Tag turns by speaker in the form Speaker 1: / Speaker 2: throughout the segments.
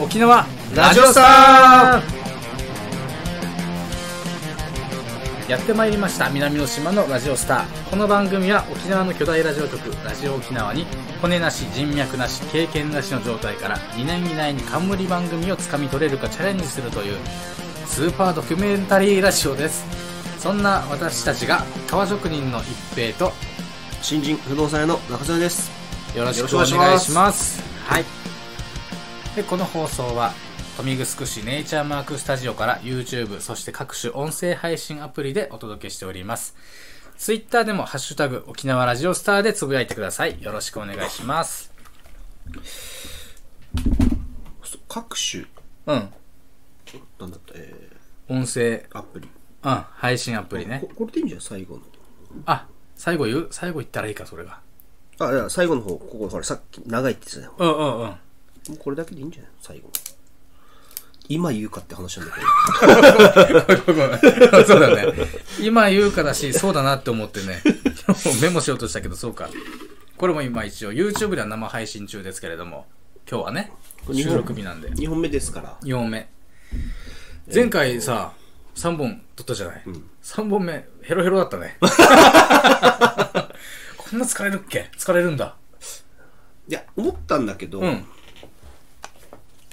Speaker 1: 沖縄
Speaker 2: ラジオスタ
Speaker 1: ーやってまいりました南の島のラジオスターこの番組は沖縄の巨大ラジオ局ラジオ沖縄に骨なし人脈なし経験なしの状態から2年以内に冠番組をつかみ取れるかチャレンジするというスーパードキュメンタリーラジオですそんな私たちが革職人の一平と
Speaker 2: 新人不動産屋の中澤です
Speaker 1: よろし
Speaker 2: し
Speaker 1: く
Speaker 2: く
Speaker 1: お
Speaker 2: お
Speaker 1: 願
Speaker 2: 願
Speaker 1: い
Speaker 2: い
Speaker 1: し
Speaker 2: し
Speaker 1: ま
Speaker 2: ます
Speaker 1: はいでこの放送は豊見城市ネイチャーマークスタジオから YouTube そして各種音声配信アプリでお届けしております Twitter でも「ハッシュタグ沖縄ラジオスター」でつぶやいてくださいよろしくお願いします
Speaker 2: 各種
Speaker 1: うん
Speaker 2: なんだったえ
Speaker 1: 音声
Speaker 2: ー、アプリ
Speaker 1: うん配信アプリね
Speaker 2: ここれでいいんじゃん最後の
Speaker 1: あ最後言う最後言ったらいいかそれが
Speaker 2: あいや最後の方ここほらさっき長いって言ってたよ
Speaker 1: うんうんうん
Speaker 2: もうこれだけでいいんじゃない最後今言うかって話なんだけ ど
Speaker 1: そうだね。今言うかだし、そうだなって思ってね。 メモしようとしたけど、そうか。これも今一応、YouTube では生配信中ですけれども、今日はね、収録日なんで。
Speaker 2: 2本目ですから
Speaker 1: 4目。前回さ、3本撮ったじゃない、?3 本目、ヘロヘロだった ね。こんな疲れるっけ疲れるんだ。
Speaker 2: いや思ったんだけど、
Speaker 1: うん。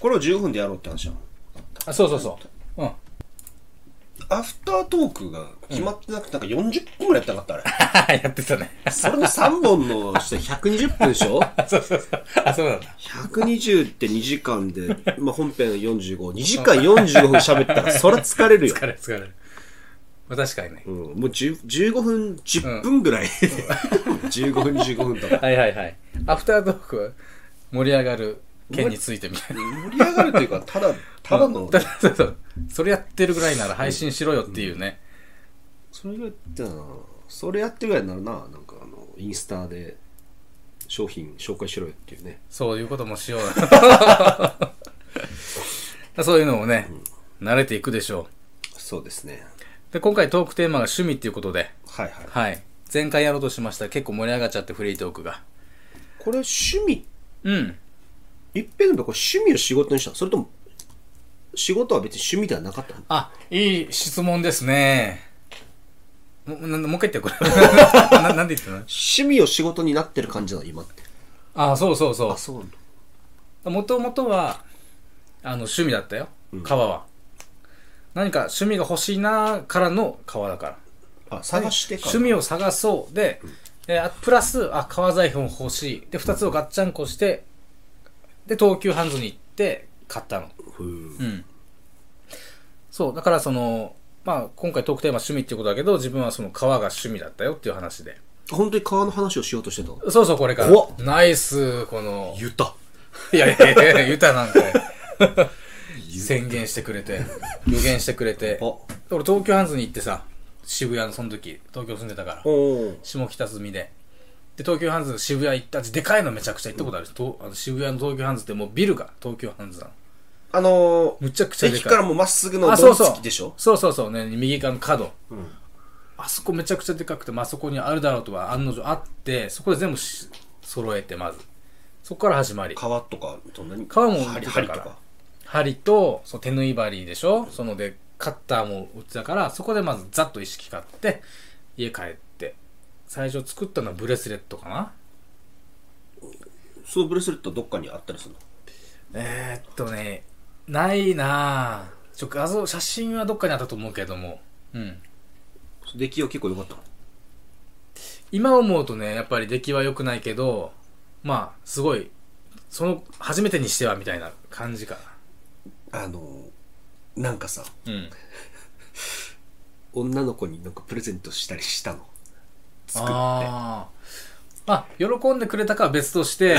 Speaker 2: これを15分でやろうって話なの
Speaker 1: あ、そうそうそう。うん。
Speaker 2: アフタートークが決まってなくて、なんか40分ぐらいやったなかったあ
Speaker 1: やってたね。
Speaker 2: れそれの3本のして120分でしょ
Speaker 1: あ、そうそうそう。あ、そうなんだ。
Speaker 2: 120って2時間で、まあ、本編45、2時間45分喋ったら、そりゃ疲れるよ。
Speaker 1: 疲れる疲れる。まあ確かにね
Speaker 2: う。ん、もう10 15分、10分ぐらい。15分、15分と か。
Speaker 1: はいはいはい。アフタートークは盛り上がる件についてみたいな。
Speaker 2: 盛り上がるというか、ただ、ただの、
Speaker 1: そうそう。それやってるぐらいなら配信しろよっていうね。
Speaker 2: それぐらいだな。それやってるぐらいになるな。なんか、あの、インスタで商品紹介しろよっていうね。
Speaker 1: そういうこともしよう。 そういうのもね、慣れていくでしょ
Speaker 2: そうですね。
Speaker 1: う。で、今回トークテーマが趣味っていうことで、
Speaker 2: はいはい。
Speaker 1: はい。前回やろうとしました結構盛り上がっちゃってフリートークが。
Speaker 2: これ趣味、
Speaker 1: うん。
Speaker 2: 一平のとこ趣味を仕事にしたのそれとも、仕事は別に趣味ではなかったの
Speaker 1: あ、いい質問ですね。もなもう一回言ってこれ。 ななんで言ったの
Speaker 2: 趣味を仕事になってる感じなの、今って。
Speaker 1: あ、そうそうそう
Speaker 2: あ、。そうなんだ。
Speaker 1: もともとはあの趣味だったよ川は、何か趣味が欲しいなからの川だから
Speaker 2: あ、探してから。
Speaker 1: 趣味を探そうで,、であプラスあ革財布も欲しいで2つをガッチャンコしてで東急ハンズに行って買ったの
Speaker 2: ふ
Speaker 1: う
Speaker 2: うん
Speaker 1: そうだからそのまあ今回トークテーマ趣味っていうことだけど自分はその革が趣味だったよっていう話で
Speaker 2: 本当に川の話をしようとしてたの
Speaker 1: そうそうこれか
Speaker 2: 怖っ
Speaker 1: らナイスこの
Speaker 2: 言った。
Speaker 1: いやいやいやいや、ユタなんか よ宣言してくれて、予言してくれて。
Speaker 2: あ、お
Speaker 1: 俺東京ハンズに行ってさ、渋谷のその時、東京住んでたから、
Speaker 2: お。
Speaker 1: 下北住で。で、東京ハンズ渋谷行った、でかいのめちゃくちゃ行ったことある、とあの渋谷の東京ハンズってもうビルが東京ハンズなの。
Speaker 2: あのー、
Speaker 1: むちゃくちゃでかい。
Speaker 2: 駅からもうまっすぐの
Speaker 1: あ、
Speaker 2: ド
Speaker 1: そう
Speaker 2: ンつ
Speaker 1: そう。
Speaker 2: きでしょ
Speaker 1: そうそうそうね、右側の角。
Speaker 2: ん
Speaker 1: あそこめちゃくちゃでかくて、まあ、そこにあるだろうとは案の定あって、そこで全部し揃えて、まず。そこから始まり。
Speaker 2: 川とか、そんなに。
Speaker 1: 川も
Speaker 2: 針
Speaker 1: 出てた
Speaker 2: 針
Speaker 1: か
Speaker 2: と
Speaker 1: ら
Speaker 2: か。
Speaker 1: 針とその手縫い針でしょそのでカッターも売ってたからそこでまずざっと意識買って家帰って最初作ったのはブレスレットかな
Speaker 2: そのブレスレットどっかにあったりするの
Speaker 1: えー、っとねないなあちょ画像写真はどっかにあったと思うけどもうん
Speaker 2: 出来は結構良かったの
Speaker 1: 今思うとねやっぱり出来は良くないけどまあすごいその初めてにしてはみたいな感じか
Speaker 2: あのー、なんかさ、
Speaker 1: なうん
Speaker 2: 女の子になんかプレゼントしたりしたの。作って。
Speaker 1: あーあ喜んでくれたかは別として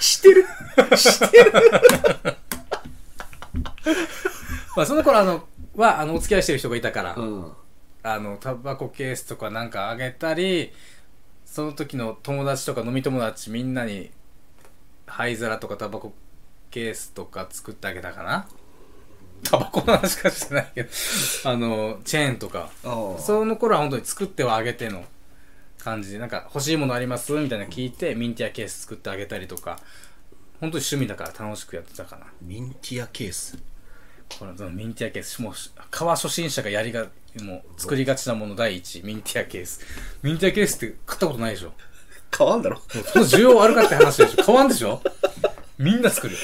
Speaker 2: してるしてる
Speaker 1: まあ、その頃あの、は、あの、お付き合いしてる人がいたから、
Speaker 2: うん。
Speaker 1: あの、タバコケースとかなんかあげたり、その時の友達とか飲み友達みんなに、灰皿とかタバコケースとか作ってあげたかなタバコの話しかしてないけど、あの、チェーンとか。
Speaker 2: ああ。
Speaker 1: その頃は本当に作ってはあげての感じで、なんか欲しいものありますみたいなの聞いて、ミンティアケース作ってあげたりとか、本当に趣味だから楽しくやってたかな
Speaker 2: ミンティアケース。
Speaker 1: このそのミンティアケースもう革初心者がやりがもう作りがちなもの第一ミンティアケースミンティアケースって買ったことないでしょ
Speaker 2: 変わんだろ
Speaker 1: その需要あるかって話でしょ買わんでしょみんな作る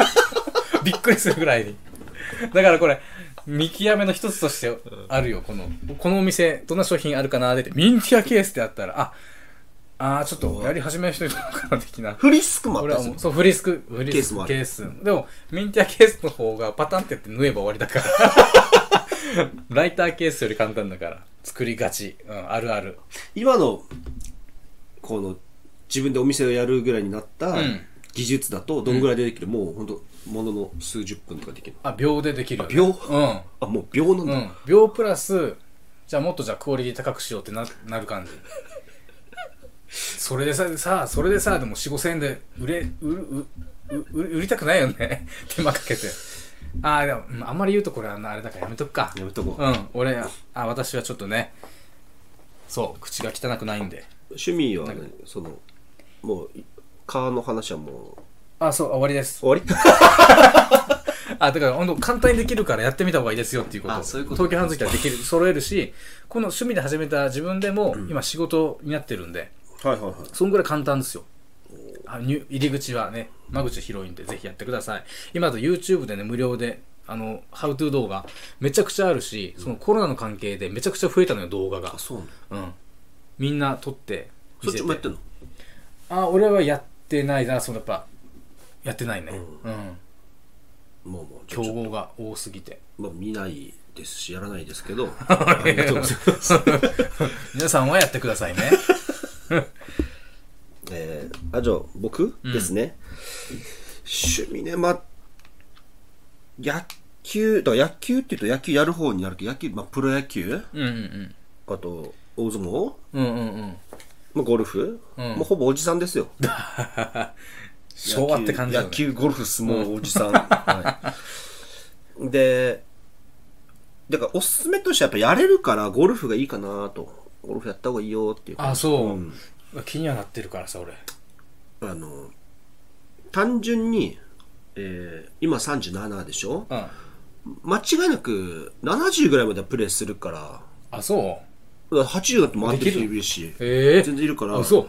Speaker 1: びっくりするぐらいにだからこれ見極めの一つとしてあるよこのこのお店どんな商品あるかなでってミンティアケースってあったらああーちょっとやり始める人いるのかな的な
Speaker 2: フリスクもあっ
Speaker 1: 俺
Speaker 2: た
Speaker 1: は
Speaker 2: りす
Speaker 1: も
Speaker 2: る
Speaker 1: うそうフリスクフリスク
Speaker 2: ケースもある
Speaker 1: ケースでもミンティアケースの方がパタンってやって縫えば終わりだからライターケースより簡単だから作りがち、うん、あるある
Speaker 2: 今の、この、自分でお店をやるぐらいになった
Speaker 1: ん
Speaker 2: 技術だと、どんぐらいでできる、もう本当ものの数十分とかできる。
Speaker 1: あ秒でできるよ、ね、
Speaker 2: 秒
Speaker 1: うん
Speaker 2: あ、もう秒なんだ。
Speaker 1: うん、秒プラスじゃあもっとじゃあクオリティ高くしようってななる感じそれでささあそれでさあでも4 5千円で売れ売る売る売る売りたくないよね 手間かけてああでもうんあんまり言うとこれはなあれだからやめとくか
Speaker 2: やめとこう、
Speaker 1: うん俺あ私はちょっとねそう口が汚くないんで
Speaker 2: 趣味は、ね、その、もう、カーの話はも
Speaker 1: あそうあ終わりです
Speaker 2: う、終わり
Speaker 1: あ、だから本当簡単にできるからやってみた方がいいですよっていうこと。
Speaker 2: あそういうこと
Speaker 1: 東京半月はできる、揃えるし、この趣味で始めた自分でも、今仕事になってるんで、
Speaker 2: はいはいはい。
Speaker 1: そんぐらい簡単ですよ。あ入入り口はね、間口広いんで、ぜひやってください。今だと YouTube でね、無料で、あの、ハウトゥー動画、めちゃくちゃあるし、そのコロナの関係でめちゃくちゃ増えたのよ、動画が
Speaker 2: あ、。そうなんだ。
Speaker 1: うん。みんな撮って、
Speaker 2: そっちもやって
Speaker 1: て
Speaker 2: んの
Speaker 1: あ、俺はやってないな、そのやっぱ、やってないね。うん。
Speaker 2: もうもう、ち
Speaker 1: 競
Speaker 2: ょちょ
Speaker 1: 合が多すぎて。
Speaker 2: まあ、見ないですし、やらないですけ ど、ありがとうございます。
Speaker 1: 皆さんはやってくださいね。
Speaker 2: えー、あ、じゃあ、僕、ですね。趣味ね、まあ、野球、だから野球って言うと野球やる方になるけど、野球、まあ、プロ野球、
Speaker 1: うんうん
Speaker 2: あと、大相撲、
Speaker 1: うん。うんうんうん。
Speaker 2: まあ、ゴルフ、もうほぼおじさんですよ。
Speaker 1: 昭和って感じだね
Speaker 2: 野。球、野球ゴルフ、相撲、おじさん。はい、で、だから、おすすめとしてはやっぱやれるから、ゴルフがいいかなと。ゴルフやった方がいいよっていう。
Speaker 1: あ、そう、
Speaker 2: ん
Speaker 1: 気にはなってるからさ、俺。
Speaker 2: あの、単純に、えー、今37でしょ
Speaker 1: うん。
Speaker 2: 間違いなく70ぐらいまではプレイするから、
Speaker 1: あ、そう
Speaker 2: だから80だって回ってる人
Speaker 1: で
Speaker 2: い
Speaker 1: き
Speaker 2: るし、
Speaker 1: ええ
Speaker 2: 全然いるから、
Speaker 1: あ、
Speaker 2: も
Speaker 1: そ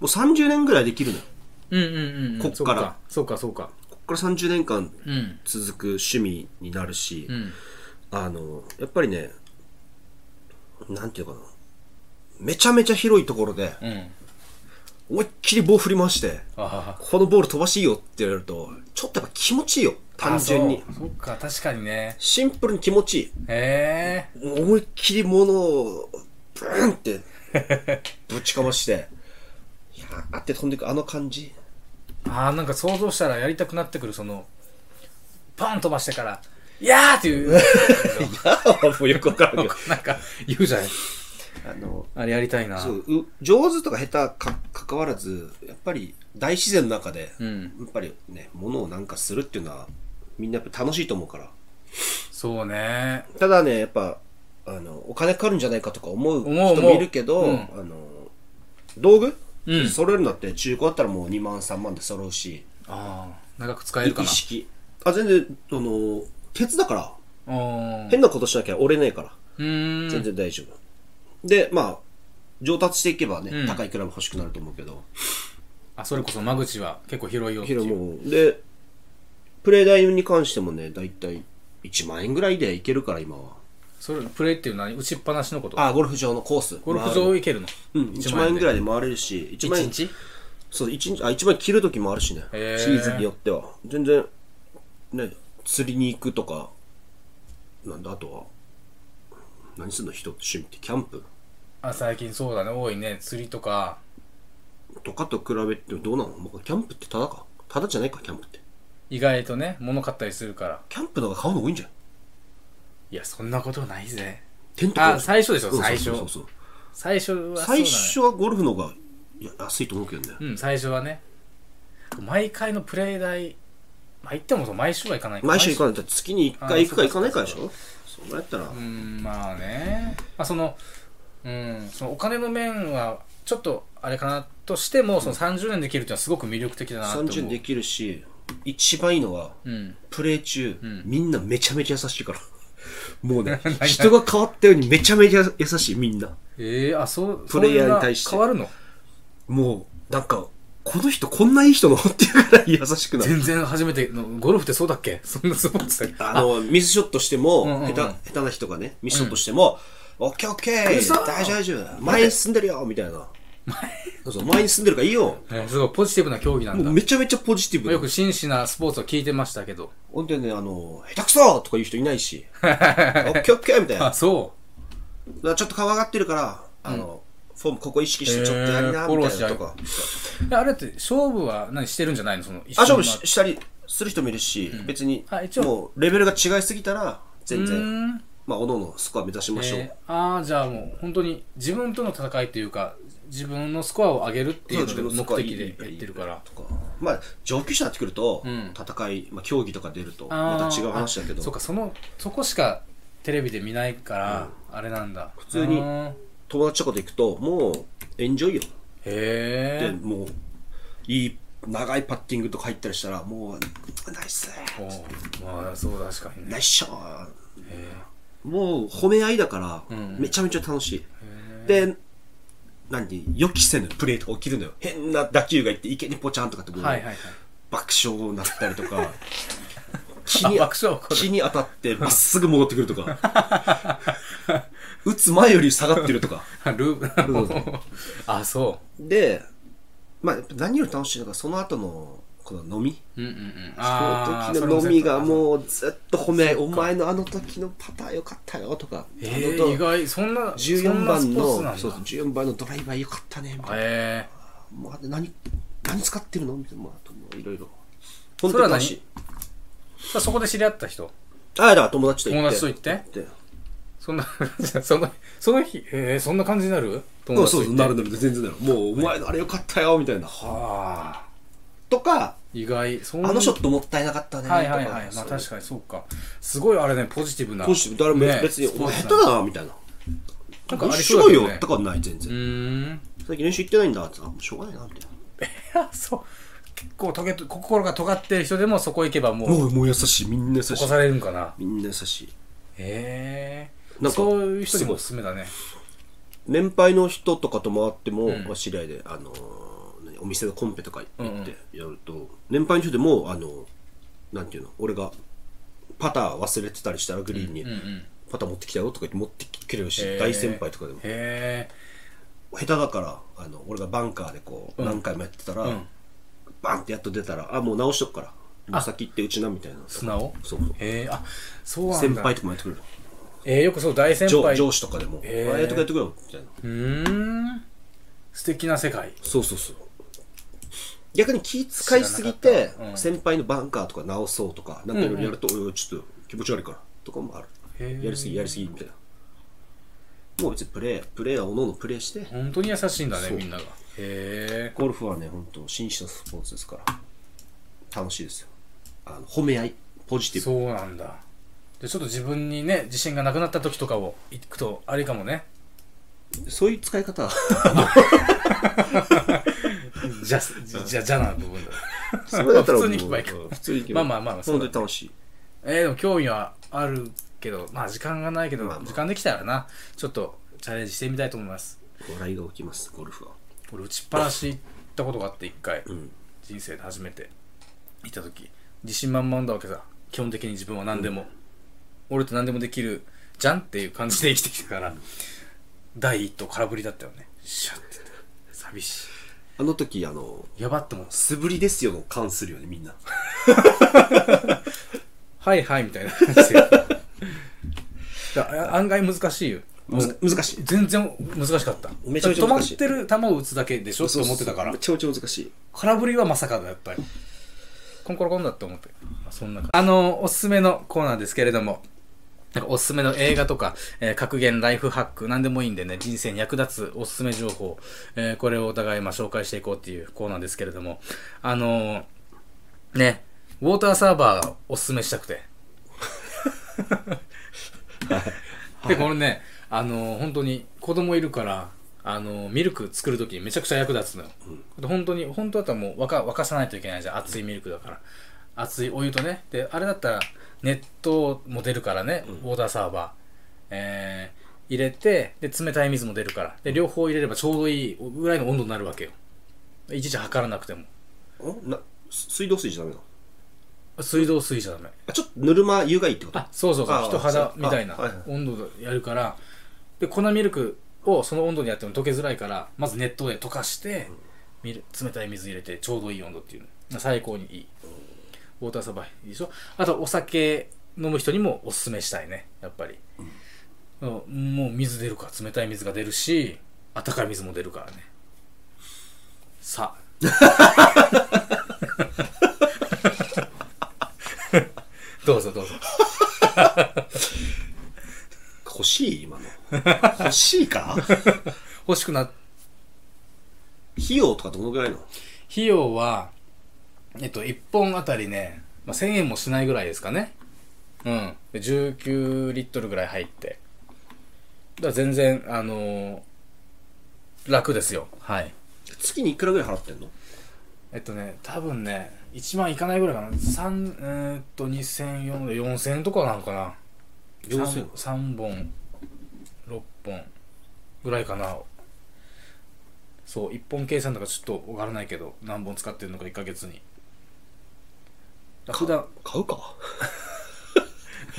Speaker 1: う
Speaker 2: 30年ぐらいできるのよ。
Speaker 1: う。うんうんうん。
Speaker 2: こっから
Speaker 1: そうか。そうか、
Speaker 2: ここから30年間
Speaker 1: そうか。うん。
Speaker 2: 続く趣味になるし、
Speaker 1: うん。
Speaker 2: あの、やっぱりね、なんていうかな、めちゃめちゃ広いところで、
Speaker 1: うん。
Speaker 2: 思いっきり棒振り回して、
Speaker 1: あ
Speaker 2: このボール飛ばしていいよって言われると、ちょっとやっぱ気持ちいいよ、単純に
Speaker 1: あ。そうそっか、確かにね。
Speaker 2: シンプルに気持ちいい。
Speaker 1: ええ
Speaker 2: 思いっきり物をブー ンってぶちかまして、ひゃーって飛んでいくあの感じ。
Speaker 1: ああ、なんか想像したらやりたくなってくる、その、パン飛ばしてから、いやーって いう、
Speaker 2: もうよくわからんけど。
Speaker 1: なんか言うじゃない。
Speaker 2: あの、
Speaker 1: あれやりたいな。
Speaker 2: そう、う上手とか下手か関わらず、やっぱり大自然の中で、
Speaker 1: うん。
Speaker 2: やっぱりね、物をなんかするっていうのは、みんなやっぱ楽しいと思うから。
Speaker 1: そうね。
Speaker 2: ただね、やっぱ、あの、お金かかるんじゃないかとか思う
Speaker 1: 思う
Speaker 2: 人もいるけど、
Speaker 1: 思ううん
Speaker 2: あの、道具、
Speaker 1: うん
Speaker 2: 揃えるのって中古だったらもう2万3万で揃うし、
Speaker 1: ああ、長く使えるか
Speaker 2: 意
Speaker 1: な。
Speaker 2: 識あ全然あのケツだから
Speaker 1: あー
Speaker 2: 変なことしなきゃ折れないから
Speaker 1: うーん。
Speaker 2: 全然大丈夫、でまあ上達していけばね、
Speaker 1: うん
Speaker 2: 高いクラブ欲しくなると思うけど
Speaker 1: あ、それこそ間口は結構広いよってい
Speaker 2: けど
Speaker 1: う。
Speaker 2: もうでプレー代に関してもね大体1万円ぐらいでいけるから今は
Speaker 1: それ、プレイっていうのは打ちっぱなしのこと。
Speaker 2: あゴルフ場のコース
Speaker 1: ゴルフ
Speaker 2: 回
Speaker 1: 場
Speaker 2: る
Speaker 1: 行けるの。
Speaker 2: うん、1万円ぐらいで回れるし、1
Speaker 1: 1
Speaker 2: 万円、
Speaker 1: 日
Speaker 2: そう、一日、あ、1万円切る時もあるしね。シ
Speaker 1: へー
Speaker 2: ーズンによっては。全然、ね、釣りに行くとか、なんだ、あとは、何するの人って趣味って、キャンプ
Speaker 1: あ、最近そうだね、多いね。釣りとか。
Speaker 2: とかと比べてどうなの僕キャンプってただかただじゃないか、キャンプって。
Speaker 1: 意外とね、物買ったりするから。
Speaker 2: キャンプの方が買うの多いんじゃん。
Speaker 1: いや、そんなことないぜ。
Speaker 2: テント買う
Speaker 1: あ、
Speaker 2: じゃん
Speaker 1: 最初でしょ、
Speaker 2: うん
Speaker 1: 最
Speaker 2: そうそう
Speaker 1: 初。
Speaker 2: そうそう
Speaker 1: 最初はそうだね
Speaker 2: 最。初はゴルフの方がいや安いと思うけどね。
Speaker 1: うん、最初はね。毎回のプレイ代、まあ、行ってもそう、毎週は行かない
Speaker 2: 毎週行
Speaker 1: ない。
Speaker 2: かないと月に1回行くか行かないかでしょそうやったら、
Speaker 1: うん、まあね。まあ、その、うん、そのお金の面は、ちょっとあれかなとしてもその30年できるっていうのはすごく魅力的だなと思う
Speaker 2: 30できるし、一番いいのは、
Speaker 1: うん
Speaker 2: プレイ中、
Speaker 1: ん
Speaker 2: みんなめちゃめちゃ優し いから。もうね、人が変わったようにめちゃめちゃ優しい、みんな。
Speaker 1: えー、あそう
Speaker 2: プレイヤーに対して
Speaker 1: そんな変わるの
Speaker 2: もう、なんか、この人こんないい人なのっていうぐらい優しくなる。
Speaker 1: 全然初めてのゴルフってそうだっけそんなスポーツだっけ
Speaker 2: あの、ミスショットしても、
Speaker 1: うんうんうん
Speaker 2: 下手、下手な人がね、ミスショットしても、オッケーオッケー
Speaker 1: 嘘
Speaker 2: 大丈夫大丈夫前に進んでるよみたいな。そうそう、前に進んでるからいいよ
Speaker 1: えーすごいポジティブな競技な
Speaker 2: も
Speaker 1: ん
Speaker 2: う
Speaker 1: だ
Speaker 2: めちゃめちゃポジティブ
Speaker 1: よく真摯なスポーツを聞いてましたけど
Speaker 2: ほんでね、あの、下手くそとか言う人いないし、 オッケーオッケーみたいな
Speaker 1: あ。そ
Speaker 2: だからちょっと顔上がってるから、あの、フォームここ意識してちょっとやり
Speaker 1: え
Speaker 2: な、
Speaker 1: ー
Speaker 2: みたいなとか。
Speaker 1: ういやあれって勝負は何してるんじゃないのその一
Speaker 2: あ、
Speaker 1: 緒
Speaker 2: 勝負
Speaker 1: に
Speaker 2: ししたりする人もいるし、別に
Speaker 1: あ一、応
Speaker 2: もうレベルが違いすぎたら、全
Speaker 1: う
Speaker 2: 然、
Speaker 1: ーん
Speaker 2: まあ、おののスコア目指しましょう。
Speaker 1: えーああじゃあもう本当に自分との戦いというか自分のスコアを上げるっていう
Speaker 2: そう
Speaker 1: の
Speaker 2: 自分の
Speaker 1: が
Speaker 2: スコア
Speaker 1: 目的でやってるから
Speaker 2: とか。まあ、上級者になってくると、
Speaker 1: ん
Speaker 2: 戦い、まあ、競技とか出ると、
Speaker 1: あー
Speaker 2: また違う話だけど
Speaker 1: あ、そうかそのそこしかテレビで見ないから、あれなんだ普
Speaker 2: 通に
Speaker 1: へ
Speaker 2: 友達とかで行くと、もう、エンジョイよ。で、
Speaker 1: え
Speaker 2: もう、いい、長いパッティングとか入ったりしたら、もう、ナイス
Speaker 1: まあそう確かにね
Speaker 2: ナイスショーもう褒め合いだから、
Speaker 1: ん
Speaker 2: めちゃめちゃ楽しい。で、何予期せぬプレーとか起きるのよ。変な打球がいって、池にポチャンとかって、もう
Speaker 1: はいはいはい
Speaker 2: 爆笑になったりと か、木
Speaker 1: あ
Speaker 2: に
Speaker 1: 爆笑 起こる
Speaker 2: 木に当たってまっすぐ戻ってくるとか、 打つ前より下がってるとか。
Speaker 1: ルーあそ
Speaker 2: で、まあ、やっぱ何より楽しいのが、その後の、この飲み
Speaker 1: ううんうんうん
Speaker 2: その
Speaker 1: ー
Speaker 2: 時の飲みが
Speaker 1: それも
Speaker 2: もうずっと褒め合い、お前のあの時のパターンよかったよとか、
Speaker 1: そう
Speaker 2: あ
Speaker 1: え
Speaker 2: の
Speaker 1: ー、意外そんな
Speaker 2: 14番
Speaker 1: そんな
Speaker 2: の、
Speaker 1: ス
Speaker 2: そ
Speaker 1: ポ
Speaker 2: う
Speaker 1: ーツ
Speaker 2: そ
Speaker 1: な
Speaker 2: うん
Speaker 1: だ
Speaker 2: 14番のドライバーよかったね、みたいな。
Speaker 1: へえ
Speaker 2: もうあれ何、何使ってるのみたいな、まああともういろいろ。本
Speaker 1: そ
Speaker 2: 当
Speaker 1: れ
Speaker 2: に
Speaker 1: は
Speaker 2: 楽しい
Speaker 1: 何。さそこで知り合った人
Speaker 2: ああ、だから友達と行
Speaker 1: 友
Speaker 2: って。
Speaker 1: 達と行って
Speaker 2: って。
Speaker 1: そんな そのその日えー、そんな感じになる友
Speaker 2: そう
Speaker 1: 達と行
Speaker 2: そう
Speaker 1: って
Speaker 2: そう、なるなる、全然なる。もう、お前のあれよかったよ、みたいな。
Speaker 1: はあ
Speaker 2: とか、
Speaker 1: 意外そんな
Speaker 2: あのショットもったいなかったね、とか。
Speaker 1: はいはいはいまあ確
Speaker 2: そう
Speaker 1: かにそうかすごいあれねポジティブな
Speaker 2: ポジティブ、誰も
Speaker 1: ね
Speaker 2: 別に、
Speaker 1: ス
Speaker 2: お
Speaker 1: ポー
Speaker 2: 前下
Speaker 1: ツ
Speaker 2: 手
Speaker 1: なんだ
Speaker 2: だな、みたいな。
Speaker 1: なん
Speaker 2: 面
Speaker 1: かありそ
Speaker 2: 白
Speaker 1: うだ
Speaker 2: い
Speaker 1: けど
Speaker 2: よ
Speaker 1: ね、
Speaker 2: とかはない、全
Speaker 1: う
Speaker 2: 然。
Speaker 1: ーん
Speaker 2: 最近練習行ってないんだ、ってあ、もうしょうがないな、みたいな。
Speaker 1: そう結構とげ心が尖ってる人でもそこ行けばもう起
Speaker 2: もう、もう優しい。みんな優しい
Speaker 1: こ。されるんかな
Speaker 2: みんな優しい。
Speaker 1: へえ
Speaker 2: なんか
Speaker 1: そういう人にもおすすめだね
Speaker 2: 年配の人とかと回っても、
Speaker 1: うん
Speaker 2: 知り合いで、あのー何お店のコンペとか行
Speaker 1: うんう
Speaker 2: っ
Speaker 1: ん
Speaker 2: てやると、年配の人でも、あのーなんていうの、俺が、パター忘れてたりしたらグリーンに
Speaker 1: うんうん
Speaker 2: パター持ってきたよとか言って持ってきてるし、
Speaker 1: へー
Speaker 2: 大先輩とかでも
Speaker 1: へえ
Speaker 2: 下手だからあの俺がバンカーでこう何回もやってたら、
Speaker 1: うん
Speaker 2: バンってやっと出たらあもう直しとくからもう先行ってうちなみたいなそう
Speaker 1: 砂を
Speaker 2: そう
Speaker 1: へえあそうなん
Speaker 2: 先
Speaker 1: だ
Speaker 2: 輩とかもやってくる
Speaker 1: えー、よくそう大先
Speaker 2: 上
Speaker 1: 輩
Speaker 2: 上司とかでも「あ
Speaker 1: へー
Speaker 2: やっとくやっとくよ」みたいな
Speaker 1: うーん素敵な世界
Speaker 2: そうそうそう。逆に気使いすぎて
Speaker 1: 知らなかっ、たうん
Speaker 2: 先輩のバンカーとか直そうとか、なんかいろいろやると、おいおいちょっと気持ち悪いから、とかもある。
Speaker 1: へー
Speaker 2: やりすぎ、やりすぎ、みたいな。もう別にプレー、プレーはおのおのプレーして、
Speaker 1: 本当に優しいんだね
Speaker 2: そう
Speaker 1: みんながへえ
Speaker 2: ゴルフはね、本当紳士のスポーツですから、楽しいですよ。あの褒め合い、ポジティブ。
Speaker 1: そうなんだでちょっと自分にね自信がなくなった時とかを行くとあれかもね
Speaker 2: そういう使 い方、
Speaker 1: じゃじゃじゃじゃな部分だ
Speaker 2: それだったら
Speaker 1: 普
Speaker 2: も
Speaker 1: 通に
Speaker 2: う
Speaker 1: 行けばいいか
Speaker 2: うん普通に行けば
Speaker 1: まあまあまあまあそう
Speaker 2: 本
Speaker 1: だ
Speaker 2: 当
Speaker 1: ね
Speaker 2: に楽しい。
Speaker 1: えー、でも興味はあるけどまあ時間がないけど、
Speaker 2: まあまあ
Speaker 1: 時間できたらなちょっとチャレンジしてみたいと思います
Speaker 2: 笑いが起きます、ゴルフは。
Speaker 1: 俺打ちっぱなし行ったことがあって一回、
Speaker 2: ん
Speaker 1: 人生で初めて行った時自信満々だわけさ基本的に自分は何でも、俺って何でもできるじゃんっていう感じで生きてきたから第一歩空振りだったよねシャッて寂し
Speaker 2: あの時、あの、
Speaker 1: いやばって思った
Speaker 2: 素振りですよの感するよね、みんな。
Speaker 1: はいはいみたいな感じ でだあ案外難しいよ
Speaker 2: むず難しい。
Speaker 1: 全然難しかった
Speaker 2: めちゃめちゃ難し
Speaker 1: 止
Speaker 2: い
Speaker 1: まってる球を打つだけでしょって
Speaker 2: そう
Speaker 1: 思ってたから
Speaker 2: めちゃめちゃ難しい
Speaker 1: 空振りはまさかだやっぱりコンコロコンだって思ってまあそんな感じあのおすすめのコーナーですけれどもなんかおすすめの映画とか、えー格言、ライフハック、なんでもいいんでね、人生に役立つおすすめ情報、えーこれをお互いまあ紹介していこうっていうコーナーですけれども、あのーね、ウォーターサーバーをおすすめしたくて。で、これね、あのー本当に子供いるから、あのミルク作る時にめちゃくちゃ役立つのよ、本当に本当だったらもう沸か沸かさないといけないじゃん熱いミルクだから熱いお湯とねであれだったら熱湯も出るからね、ウォーターサーバー、えー入れてで冷たい水も出るからで両方入れればちょうどいいぐらいの温度になるわけよいちいち測らなくても
Speaker 2: んな水道水じゃダメなの
Speaker 1: 水道水じゃダメ
Speaker 2: あちょっとぬるま湯がいいってこと
Speaker 1: あそうそうそう
Speaker 2: あ
Speaker 1: 人肌みたいな
Speaker 2: あはいはい
Speaker 1: 温度でやるからで粉ミルクをその温度にやっても溶けづらいからまず熱湯で溶かして、みる冷たい水入れてちょうどいい温度っていうの最高にいい、ウォーターサーバーいいでしょあとお酒飲む人にもおすすめしたいねやっぱり、うんもう水出るから冷たい水が出るし温かい水も出るからねさ あどうぞどうぞ
Speaker 2: 欲しい今の 欲しいか
Speaker 1: 欲しくな
Speaker 2: 費用とかどのぐらいなの
Speaker 1: 費用は、えっと、1本あたりね、まあ、1000円もしないぐらいですかね。うん。で19リットルぐらい入って。だから全然、あのー楽ですよ。はい。
Speaker 2: 月にいくらぐらい払ってんの
Speaker 1: えっとね、多分ね、1万いかないぐらいかな。3、えーっと、2004で4000とかなのかな。
Speaker 2: 4000
Speaker 1: 3本、6本ぐらいかな。そう、1本計算だからちょっとわからないけど、何本使ってるのか1ヶ月に。だから普段、
Speaker 2: 買うか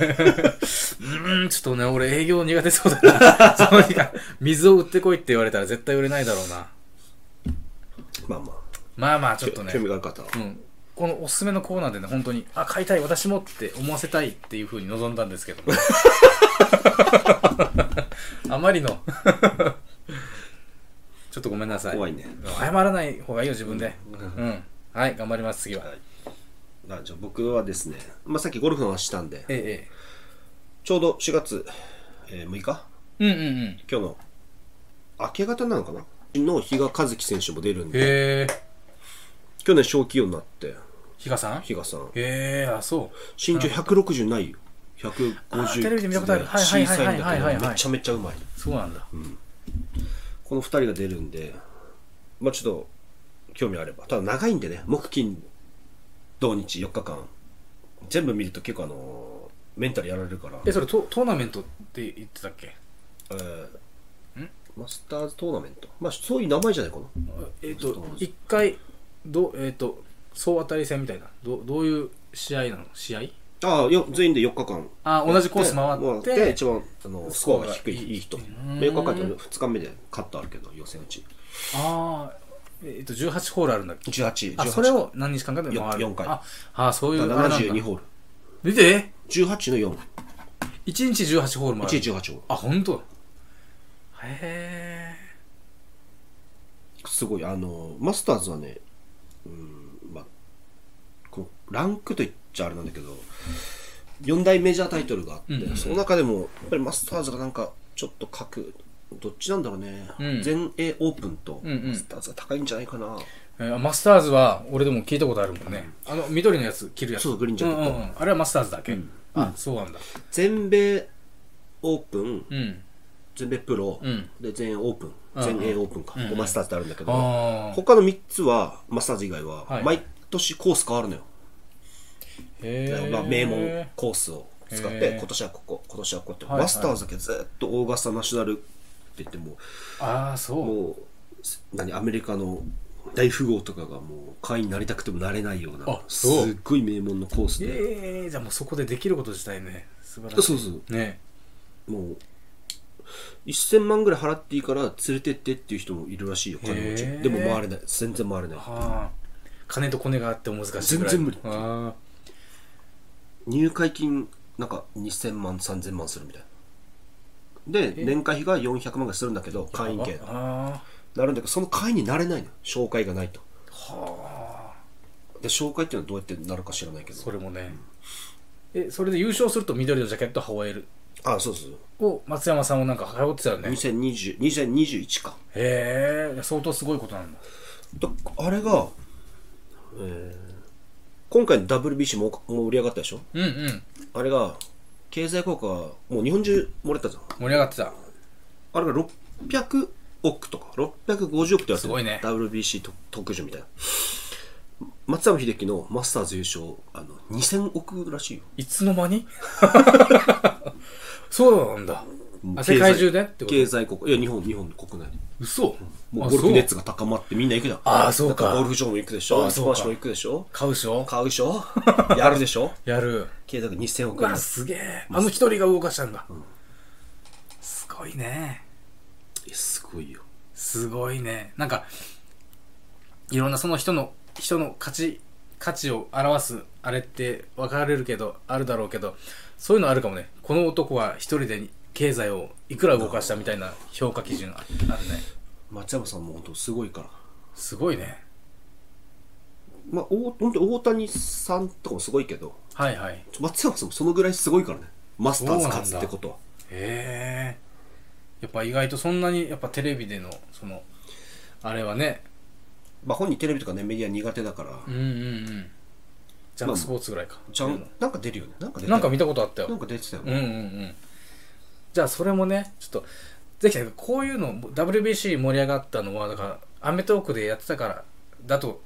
Speaker 1: うーん、ちょっとね、俺営業苦手そうだな。 その日が、水を売ってこいって言われたら絶対売れないだろうな。
Speaker 2: まあまあ
Speaker 1: まあまあ、ちょっとね
Speaker 2: 興。味がある方は
Speaker 1: うん、このおすすめのコーナーでね本当にあ買いたい私もって思わせたいっていうふうに望んだんですけども あまりのちょっとごめんなさい
Speaker 2: 怖いね
Speaker 1: 謝らない方がいいよ自分でうんはい頑張ります次は、
Speaker 2: はいあじゃあ僕はですね、まあ、さっきゴルフの話したんで
Speaker 1: え
Speaker 2: ちょうど4月、えー6日
Speaker 1: えええうんうんうんへ
Speaker 2: 今日の明け方なのかなの比嘉一貴選手も出るんで
Speaker 1: え
Speaker 2: 去年小企業になって
Speaker 1: 比嘉さんへ
Speaker 2: 比嘉さん
Speaker 1: えあそう
Speaker 2: 身長160ないよ
Speaker 1: あ
Speaker 2: 150
Speaker 1: テレビで見たことあるはいはい
Speaker 2: 小
Speaker 1: はい
Speaker 2: さいん
Speaker 1: はい
Speaker 2: だけ
Speaker 1: はいはい
Speaker 2: どめちゃめちゃうまい
Speaker 1: そうなんだ、
Speaker 2: この2人が出るんでまあちょっと興味あればただ長いんでね木金土日4日間全部見ると結構あのーメンタルやられるから
Speaker 1: えそれトトーナメントって言ってたっけ
Speaker 2: えーマスターズトーナメントまあそういう名前じゃないかな
Speaker 1: えっ、と、一回、どう、えっ、と、総当たり戦みたいな、どうどういう試合なの試合
Speaker 2: ああよ全員で4日間
Speaker 1: あ、同じコース回
Speaker 2: も
Speaker 1: っ
Speaker 2: うで
Speaker 1: て、
Speaker 2: 一番あのスコアが低いいい人
Speaker 1: う
Speaker 2: で
Speaker 1: ーん
Speaker 2: 4日間って2日目で勝ったあるけど予選うち
Speaker 1: ああ、えっ、と、18ホールあるんだっけ
Speaker 2: 1818
Speaker 1: あ、それを何日間かで
Speaker 2: よ
Speaker 1: 回る。
Speaker 2: 四回
Speaker 1: あ、あそういう、あれなん
Speaker 2: 72
Speaker 1: だ。
Speaker 2: ホール
Speaker 1: 見て
Speaker 2: 18の
Speaker 1: !1 日18ホール回る。
Speaker 2: 4118ホール
Speaker 1: あ、ほんとへえ。
Speaker 2: すごいあのマスターズはねうんまあこうランクといっちゃあれなんだけど4大メジャータイトルがあって、
Speaker 1: うんうんうん
Speaker 2: その中でもやっぱりマスターズがなんかちょっと格どっちなんだろうね、
Speaker 1: うん
Speaker 2: 全英オープンと
Speaker 1: うんうん
Speaker 2: マスターズが高いんじゃないかな、
Speaker 1: えーマスターズは俺でも聞いたことあるもんね。あの緑のやつ、着るやつ。
Speaker 2: そうグリーンジャケット
Speaker 1: うんうんうんあれはマスターズだけ。あ、そうなんだ。
Speaker 2: 全米オープン、
Speaker 1: うん。
Speaker 2: 全米プロ、
Speaker 1: うん
Speaker 2: で全英オープン、
Speaker 1: うん
Speaker 2: 全英オープンか、
Speaker 1: うん
Speaker 2: マスターズってあるんだけど、
Speaker 1: ああ。
Speaker 2: 他の3つはマスターズ以外は
Speaker 1: はい
Speaker 2: 毎年コース変わるのよ、
Speaker 1: へえ。
Speaker 2: まあ、名門コースを使っ
Speaker 1: へ
Speaker 2: て
Speaker 1: ー
Speaker 2: 今年はここ今年はここって、
Speaker 1: はいはい
Speaker 2: マスターズだけずっとオーガスタナショナルって言っても
Speaker 1: ああ、そう
Speaker 2: う。もうす何アメリカの大富豪とかがもう会員になりたくてもなれないような
Speaker 1: あ
Speaker 2: す
Speaker 1: そう
Speaker 2: っごい名門のコースで、
Speaker 1: ええじゃあもうそこでできること自体ね素晴らしい
Speaker 2: そうそう
Speaker 1: ね
Speaker 2: もう1000万ぐらい払っていいから連れてってっていう人もいるらしいよ金持ち
Speaker 1: へー
Speaker 2: でも回れない全然回れない
Speaker 1: はあ金とコネがあっても難しいぐらい
Speaker 2: 全然無理
Speaker 1: あ
Speaker 2: 入会金なんか2000万3000万するみたいなで年会費が400万ぐらいするんだけど
Speaker 1: あ
Speaker 2: 会員権
Speaker 1: あ
Speaker 2: なるんだけどその会員になれないのよ紹介がないと
Speaker 1: あはあ
Speaker 2: で紹介っていうのはどうやってなるか知らないけど
Speaker 1: それもねえそれで優勝すると緑のジャケット羽織える
Speaker 2: あそうそう
Speaker 1: を松山さんもなんか羽織ってたよねへ
Speaker 2: 2020 2021か
Speaker 1: え相当すごいことなんだ
Speaker 2: だあれが、えー今回の WBC ももう盛り上がったでしょ
Speaker 1: うんうん
Speaker 2: あれが経済効果もう日本中漏れたじゃん
Speaker 1: 盛り上がってた
Speaker 2: あれが600億とか、650億って言われてる
Speaker 1: すごいね
Speaker 2: WBC と特需みたいな。松山英樹のマスターズ優勝、あの、2000億らしいよ。
Speaker 1: いつの間 にそうなんだ。あ世界中でってこと
Speaker 2: 経済国、いや、日本、日本国内で。
Speaker 1: 嘘
Speaker 2: も
Speaker 1: あ
Speaker 2: うゴルフ
Speaker 1: そう
Speaker 2: 熱が高まってみんな行くじゃん。
Speaker 1: あーそうか
Speaker 2: だらゴルフ場も行くでしょ。
Speaker 1: あー
Speaker 2: ス
Speaker 1: そう
Speaker 2: パ
Speaker 1: か
Speaker 2: ーシも行くでしょ。
Speaker 1: 買うしょ
Speaker 2: 買うで しょやるでしょ
Speaker 1: やる。
Speaker 2: 経済が2000億
Speaker 1: う
Speaker 2: 円
Speaker 1: わ、。すげえ。あの一人が動かしたんだ。すごいね。
Speaker 2: えすごいよ。
Speaker 1: すごいね。なんか、いろんなその人の、人の価値、価値を表す、あれって分かれるけど、あるだろうけど、そういうのあるかもね。この男は一人で経済をいくら動かしたみたいな評価基準ああるね。
Speaker 2: 松山さんも本当すごいから。
Speaker 1: すごいね。
Speaker 2: まあ、お本当大谷さんとかもすごいけど、
Speaker 1: はいはい。
Speaker 2: 松山さんもそのぐらいすごいからね。マスターズ勝つってことは。
Speaker 1: へえやっぱ意外とそんなにやっぱテレビでのそのあれはね
Speaker 2: まあ、本人テレビとかね、メディア苦手だから、
Speaker 1: うんうんうんジャンクスポーツぐらいか、
Speaker 2: ちゃん、なんか出るよね。なんか出てた
Speaker 1: なんか見たことあったよ
Speaker 2: なんか出てたよ
Speaker 1: う
Speaker 2: ね。
Speaker 1: んうんうんじゃあそれもねちょっとぜひねこういうの WBC 盛り上がったのはだから『アメトーーク』でやってたからだと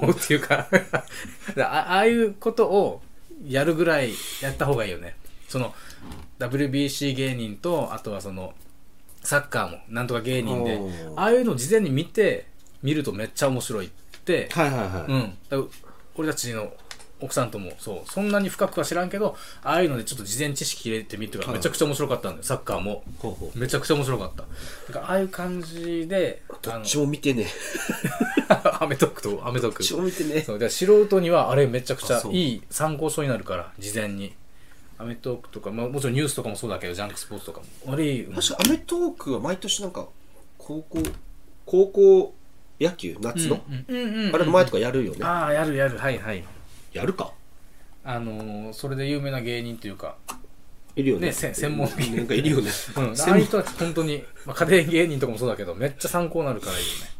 Speaker 1: 思うっていうか あああいうことをやるぐらいやった方がいいよねその WBC 芸人とあとはそのサッカーもなんとか芸人で
Speaker 2: おー
Speaker 1: ああいうのを事前に見て見るとめっちゃ面白いって
Speaker 2: はいはいはい。
Speaker 1: うん、だから俺たちの奥さんともそうそんなに深くは知らんけどああいうのでちょっと事前知識入れてみてから
Speaker 2: はい
Speaker 1: めちゃくちゃ面白かったんだよサッカーも
Speaker 2: ほうほう
Speaker 1: めちゃくちゃ面白かっただからああいう感じで
Speaker 2: ど
Speaker 1: あ
Speaker 2: っ
Speaker 1: の
Speaker 2: ちも見てね。
Speaker 1: アメトークとアメトー
Speaker 2: ど
Speaker 1: ク
Speaker 2: っち
Speaker 1: そ
Speaker 2: も見てね。
Speaker 1: うだから素人にはあれめちゃくち
Speaker 2: あ
Speaker 1: ゃ
Speaker 2: そう
Speaker 1: いい参考書になるから事前にアメトークとか、まあ、もちろんニュースとかもそうだけどジャンクスポーツとかもあれいい、うん
Speaker 2: 確かアメトーークは毎年なんか、高校、高校野球、夏の、
Speaker 1: うんうんうんうん
Speaker 2: あれの前とかやるよね。
Speaker 1: ああやるやるはいはい
Speaker 2: やるか。
Speaker 1: あのーそれで有名な芸人というか
Speaker 2: いるよね。
Speaker 1: ねせ専門
Speaker 2: なんかいるよね。
Speaker 1: うん、あ
Speaker 2: 専
Speaker 1: あいう
Speaker 2: 門
Speaker 1: 人たち本当に、まあ、家庭芸人とかもそうだけど、めっちゃ参考になるからいいよね。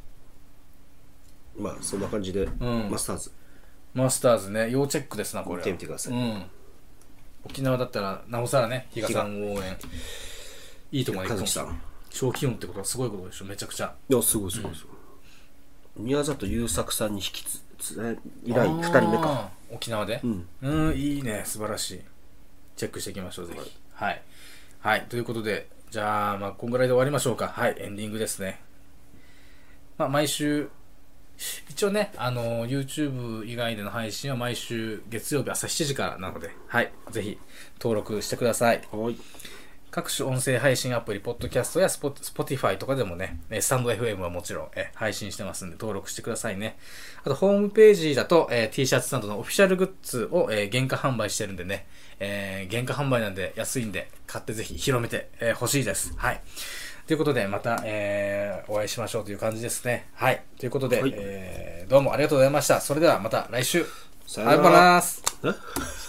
Speaker 2: まあ、そんな感じで、
Speaker 1: ん
Speaker 2: マスターズ。
Speaker 1: マスターズね、要チェックですな、これは。
Speaker 2: 見てみてください
Speaker 1: うん。沖縄だったら、なおさらね、比嘉さん応援。いいとこまで行くか
Speaker 2: 和樹
Speaker 1: もし
Speaker 2: さ
Speaker 1: れない。
Speaker 2: ん。
Speaker 1: 小気温ってことはすごいことでしょ、めちゃくちゃ。
Speaker 2: いや、すごいすごいすごい。宮里優作さんに引きつ、つえ以
Speaker 1: あ
Speaker 2: 来
Speaker 1: ー
Speaker 2: 2人目か。。
Speaker 1: 沖縄で。
Speaker 2: うん。
Speaker 1: うん、いいね、素晴らしい。チェックしていきましょう、ぜひ。はい。はい、ということで、じゃあ、まあ、こんぐらいで終わりましょうか。はい、エンディングですね。まあ、毎週、一応ね、あの、YouTube 以外での配信は毎週月曜日朝7時からなので、はい、ぜひ登録してください。
Speaker 2: はい。
Speaker 1: 各種音声配信アプリ、ポッドキャストやスポ Spotify とかでもね、えースタンド FM はもちろんえー配信してますんで、登録してくださいね。あと、ホームページだと、えー T シャツなどのオフィシャルグッズを、えー原価販売してるんでね、えー原価販売なんで安いんで、買ってぜひ広めてえーほしいです。はい。ということで、また、えーお会いしましょうという感じですね。はい。ということで、
Speaker 2: はい
Speaker 1: えーどうもありがとうございました。それではまた来週。
Speaker 2: さよなら
Speaker 1: ありがとうございます。
Speaker 2: え